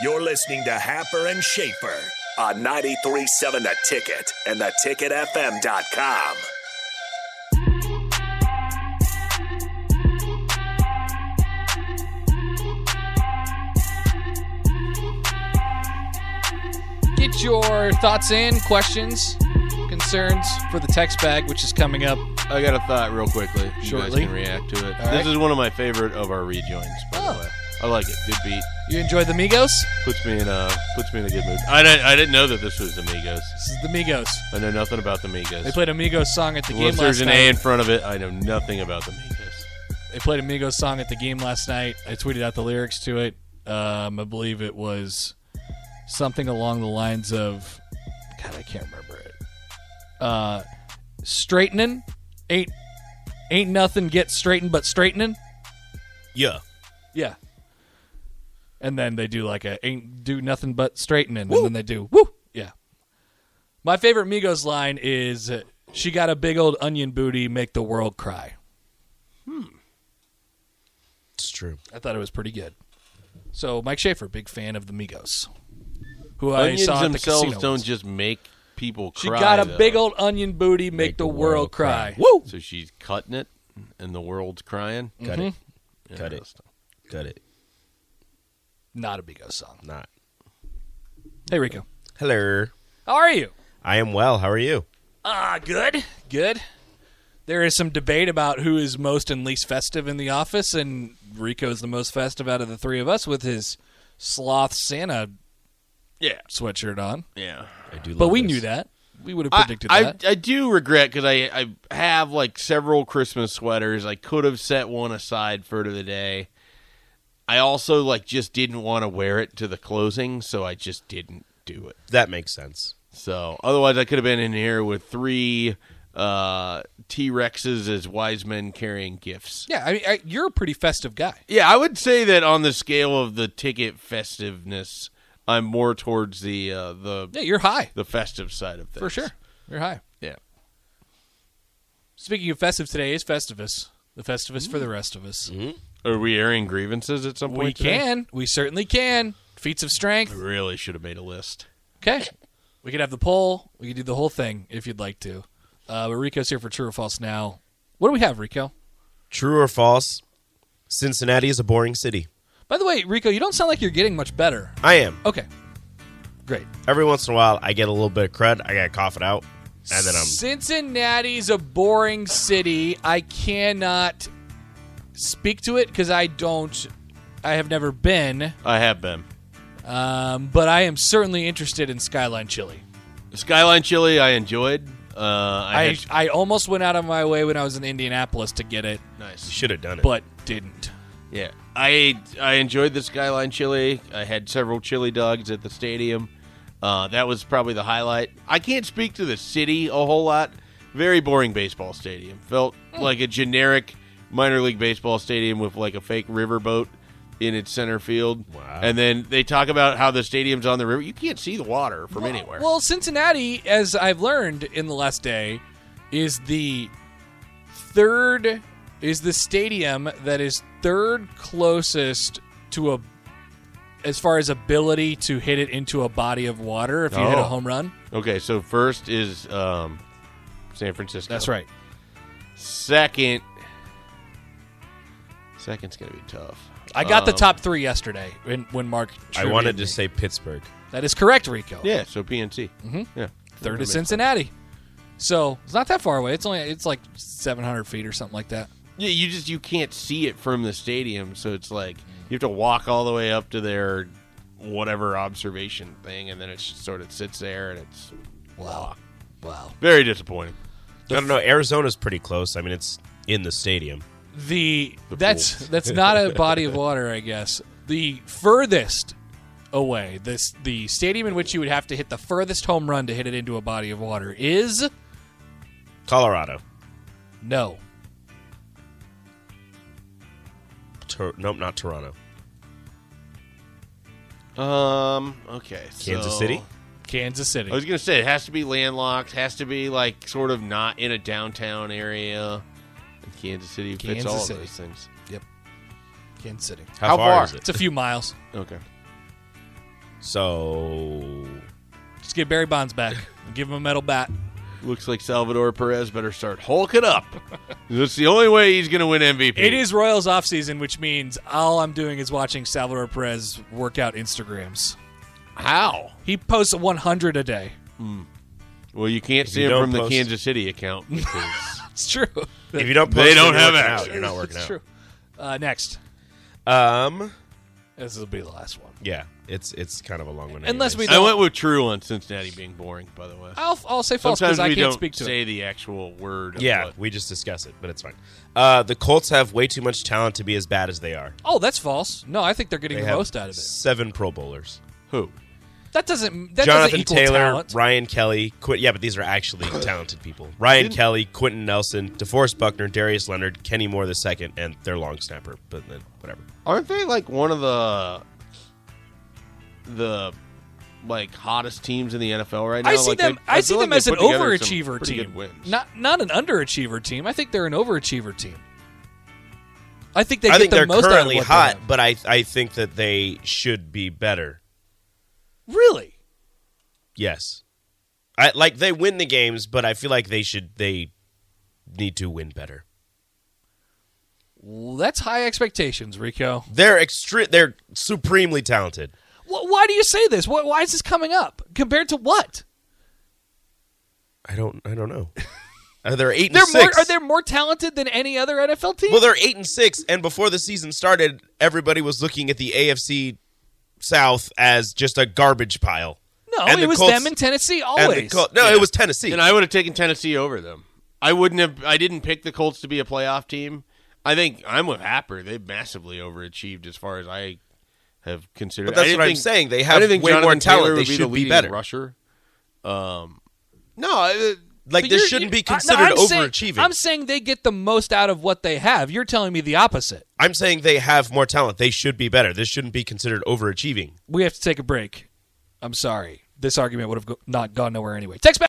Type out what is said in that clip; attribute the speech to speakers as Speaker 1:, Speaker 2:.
Speaker 1: You're listening to Happer and Schaefer on 93.7 The Ticket and theticketfm.com.
Speaker 2: Get your thoughts in, questions, concerns for the text bag, which is coming up.
Speaker 3: I got a thought real quickly. You
Speaker 2: Shortly.
Speaker 3: guys can react to it.
Speaker 2: All right. Oh.
Speaker 3: This is one of my favorite of our rejoins, by the way. I like it. Good beat.
Speaker 2: You enjoyed the Migos?
Speaker 3: Puts me in a puts me in a good mood. I didn't I didn't know that this was Amigos.
Speaker 2: This is the Migos.
Speaker 3: I know nothing about the Migos.
Speaker 2: They played a Migos song at the game
Speaker 3: Unless there's
Speaker 2: last
Speaker 3: an
Speaker 2: night.
Speaker 3: A in front of it, I know nothing about the Migos.
Speaker 2: They played a Migos song at the game last night. I tweeted out the lyrics to it. Um, I believe it was something along the lines of, God, I can't remember it. Uh, straightening ain't ain't nothing get straightened but straightening.
Speaker 3: Yeah.
Speaker 2: Yeah. And then they do like a ain't do nothing but straightening, and then they do woo. Yeah. My favorite Migos line is, uh, "She got a big old onion booty, make the world cry."
Speaker 3: Hmm.
Speaker 4: It's true.
Speaker 2: I thought it was pretty good. So Mike Schaefer, big fan of the Migos, who
Speaker 3: Onions
Speaker 2: I saw at the
Speaker 3: themselves
Speaker 2: casino
Speaker 3: don't
Speaker 2: once.
Speaker 3: just make people
Speaker 2: She
Speaker 3: cry.
Speaker 2: got a
Speaker 3: though.
Speaker 2: big old onion booty, make, the, world, cry. Woo!
Speaker 3: So she's cutting it and the world's crying.
Speaker 4: Cut it. Cut it. Cut it.
Speaker 2: Not a Migos song.
Speaker 4: Not.
Speaker 2: Hey Rico,
Speaker 4: Hello.
Speaker 2: how are you?
Speaker 4: I am well. How are you?
Speaker 2: Ah, good, good. There is some debate about who is most and least festive in the office, and Rico is the most festive out of the three of us with his sloth Santa
Speaker 3: Yeah.
Speaker 2: sweatshirt on.
Speaker 3: Yeah.
Speaker 4: I do. Love
Speaker 2: But we
Speaker 4: this.
Speaker 2: knew that. We would have
Speaker 3: I-
Speaker 2: predicted
Speaker 3: I,
Speaker 2: that.
Speaker 3: I, do regret because I, I have like several Christmas sweaters. I could have set one aside for the day. I also like just didn't want to wear it to the closing, so I just didn't do it.
Speaker 4: That makes sense.
Speaker 3: So otherwise, I could have been in here with three uh, T Rexes as wise men carrying gifts.
Speaker 2: yeah, I mean, I, you're a pretty festive guy.
Speaker 3: Yeah, I would say that on the scale of the ticket festiveness, I'm more towards the uh, the
Speaker 2: Yeah, you're high.
Speaker 3: the festive side of things
Speaker 2: For sure. You're high.
Speaker 3: Yeah.
Speaker 2: Speaking of festive, today is Festivus. The Festivus for the rest of us.
Speaker 3: Are we airing grievances at some Mm. Mm-hmm. point?
Speaker 2: We
Speaker 3: today?
Speaker 2: can. We certainly can. Feats of strength.
Speaker 3: Really should have made a list.
Speaker 2: Okay. We could have the poll. We could do the whole thing if you'd like to. Uh, but Rico's here for true or false now. What do we have, Rico?
Speaker 4: True or false? Cincinnati is a boring city.
Speaker 2: By the way, Rico, you don't sound like you're getting much better.
Speaker 4: I am.
Speaker 2: Okay. Great.
Speaker 4: Every once in a while, I get a little bit of crud. I gotta cough it out, and then I'm.
Speaker 2: Cincinnati's a boring city. I cannot speak to it because I don't. I have never been,
Speaker 3: I have been.
Speaker 2: um, but I am certainly interested in Skyline Chili.
Speaker 3: Skyline Chili, I enjoyed. Uh, I,
Speaker 2: I,
Speaker 3: had-
Speaker 2: I almost went out of my way when I was in Indianapolis to get it,
Speaker 3: nice.
Speaker 4: Should have done it.
Speaker 2: but didn't.
Speaker 3: Yeah, I I enjoyed the Skyline Chili. I had several chili dogs at the stadium. Uh, that was probably the highlight. I can't speak to the city a whole lot. Very boring baseball Mm. stadium. Felt like a generic minor league baseball stadium with like a fake riverboat in its center field. Wow. And then they talk about how the stadium's on the river. You can't see the water from anywhere.
Speaker 2: Well, Cincinnati, as I've learned in the last day, is the third is the stadium that is third closest to a as far as ability to hit it into a body of water if you hit a
Speaker 3: Oh.
Speaker 2: home run.
Speaker 3: okay, so first is um, San Francisco.
Speaker 2: That's right.
Speaker 3: Second, second's gonna be tough.
Speaker 2: I got the
Speaker 3: Um,
Speaker 2: top three yesterday when, when Mark.
Speaker 4: I
Speaker 2: triviaed
Speaker 4: wanted
Speaker 2: me.
Speaker 4: to say Pittsburgh.
Speaker 2: that is correct, Rico.
Speaker 3: Yeah, so PNC. Mm-hmm. Yeah,
Speaker 2: third
Speaker 3: That
Speaker 2: is
Speaker 3: makes
Speaker 2: Cincinnati. So it's not that far away. It's only it's like 700 feet or something like that.
Speaker 3: Yeah, you just you can't see it from the stadium, so it's like you have to walk all the way up to their whatever observation thing, and then it just sort of sits there, and it's
Speaker 2: Wow, wow.
Speaker 3: very disappointing.
Speaker 4: I don't know. Arizona's pretty close. I mean, it's in the stadium.
Speaker 2: The, that's that's not a body of water, I guess. The furthest away, this the stadium in which you would have to hit the furthest home run to hit it into a body of water is
Speaker 4: Colorado.
Speaker 2: no.
Speaker 4: Tor- nope, not Toronto.
Speaker 3: Um. Okay.
Speaker 4: Kansas
Speaker 3: so-
Speaker 4: City?
Speaker 2: Kansas City.
Speaker 4: Oh,
Speaker 3: I was gonna say it has to be landlocked, has to be like sort of not in a downtown area. And Kansas City fits
Speaker 2: Kansas
Speaker 3: all
Speaker 2: City.
Speaker 3: of those things.
Speaker 2: Kansas City.
Speaker 4: How,
Speaker 3: How
Speaker 4: far,
Speaker 3: far?
Speaker 4: is it?
Speaker 2: It's a few miles.
Speaker 3: Okay.
Speaker 4: So
Speaker 2: Just get Barry Bonds back. Give him a metal bat.
Speaker 3: Looks like Salvador Perez better start hulking up. That's the only way he's gonna win MVP.
Speaker 2: It is Royals offseason, which means all I'm doing is watching Salvador Perez workout Instagrams.
Speaker 3: how?
Speaker 2: He posts 100 a day.
Speaker 3: Well, you can't see
Speaker 4: you
Speaker 3: him
Speaker 4: don't
Speaker 3: from the
Speaker 4: post-
Speaker 3: Kansas City account. because-
Speaker 2: It's true.
Speaker 4: if you don't, post
Speaker 3: They
Speaker 4: it,
Speaker 3: don't
Speaker 4: you're
Speaker 3: have
Speaker 4: working
Speaker 3: access.
Speaker 4: out. You're not working
Speaker 2: it's
Speaker 4: out.
Speaker 2: true. Uh, next.
Speaker 4: Um,
Speaker 2: This will be the last one.
Speaker 4: yeah, it's it's kind of a long one.
Speaker 2: Unless we
Speaker 4: anyways. Uh,
Speaker 3: I
Speaker 2: don't-
Speaker 3: went with true on Cincinnati being boring. By the way,
Speaker 2: I'll, I'll say false
Speaker 3: sometimes
Speaker 2: because
Speaker 3: we
Speaker 2: I can't
Speaker 3: don't
Speaker 2: speak to
Speaker 3: say
Speaker 2: it.
Speaker 3: the actual word. of
Speaker 4: yeah,
Speaker 3: what-
Speaker 4: we just discuss it, but it's fine. Uh, the Colts have way too much talent to be as bad as they are.
Speaker 2: Oh, that's false. No, I think they're getting
Speaker 4: They
Speaker 2: the
Speaker 4: have
Speaker 2: most out of it.
Speaker 4: seven Pro Bowlers.
Speaker 3: who?
Speaker 2: That doesn't. That doesn't
Speaker 4: Jonathan
Speaker 2: equal
Speaker 4: Taylor,
Speaker 2: talent.
Speaker 4: Ryan Kelly, Quint. Yeah, but these are actually talented people. Ryan Kelly, Quentin Nelson, DeForest Buckner, Darius Leonard, Kenny Moore the second, and their long snapper. But then whatever.
Speaker 3: Aren't they like one of the the like hottest teams in the NFL right now?
Speaker 2: I see
Speaker 3: Like,
Speaker 2: them.
Speaker 3: they-
Speaker 2: I,
Speaker 3: feel
Speaker 2: see
Speaker 3: like
Speaker 2: them
Speaker 3: they
Speaker 2: as an
Speaker 3: put together some
Speaker 2: overachiever
Speaker 3: pretty
Speaker 2: team,
Speaker 3: good wins.
Speaker 2: not not an underachiever team. I think they're an overachiever team. I think they.
Speaker 4: I
Speaker 2: get
Speaker 4: think
Speaker 2: the
Speaker 4: they're
Speaker 2: most out of
Speaker 4: currently
Speaker 2: what they
Speaker 4: hot,
Speaker 2: have.
Speaker 4: but I I think that they should be better.
Speaker 2: Really,
Speaker 4: Yes, I like they win the games, but I feel like they should they need to win better.
Speaker 2: Well, that's high expectations, Rico.
Speaker 4: They're extre- They're supremely talented.
Speaker 2: Wh- why do you say this? Wh- why is this coming up compared to what?
Speaker 4: I don't. I don't know. Are they Uh, eight? and
Speaker 2: They're more
Speaker 4: six?
Speaker 2: are they more talented than any other NFL team?
Speaker 4: Well, they're eight and six, and before the season started, everybody was looking at the AFC South as just a garbage pile.
Speaker 2: no,
Speaker 4: and
Speaker 2: it
Speaker 4: the
Speaker 2: was
Speaker 4: Colts-
Speaker 2: them in Tennessee
Speaker 4: And the
Speaker 2: always.
Speaker 4: Col- no, it was Tennessee.
Speaker 3: And I would have taken Tennessee over them. I wouldn't have. I didn't pick the Colts to be a playoff team. I think I'm with Happer. They massively overachieved as far as I have considered.
Speaker 4: But that's
Speaker 3: I didn't
Speaker 4: what I'm
Speaker 3: think-
Speaker 4: saying. They
Speaker 3: I
Speaker 4: have
Speaker 3: didn't think
Speaker 4: way
Speaker 3: Jonathan
Speaker 4: more talent.
Speaker 3: Taylor
Speaker 4: They
Speaker 3: would be
Speaker 4: should
Speaker 3: the
Speaker 4: be
Speaker 3: leading
Speaker 4: better.
Speaker 3: rusher. Um, no, I-
Speaker 4: like
Speaker 2: But
Speaker 4: this
Speaker 2: you're-
Speaker 4: shouldn't
Speaker 2: you-
Speaker 4: be
Speaker 2: I- no,
Speaker 4: considered
Speaker 2: I'm saying-
Speaker 4: overachieving.
Speaker 2: I'm saying they get the most out of what they have. You're telling me the opposite.
Speaker 4: I'm saying they have more talent. They should be better. This shouldn't be considered overachieving.
Speaker 2: We have to take a break. I'm sorry. This argument would have go- not gone nowhere anyway. Text back.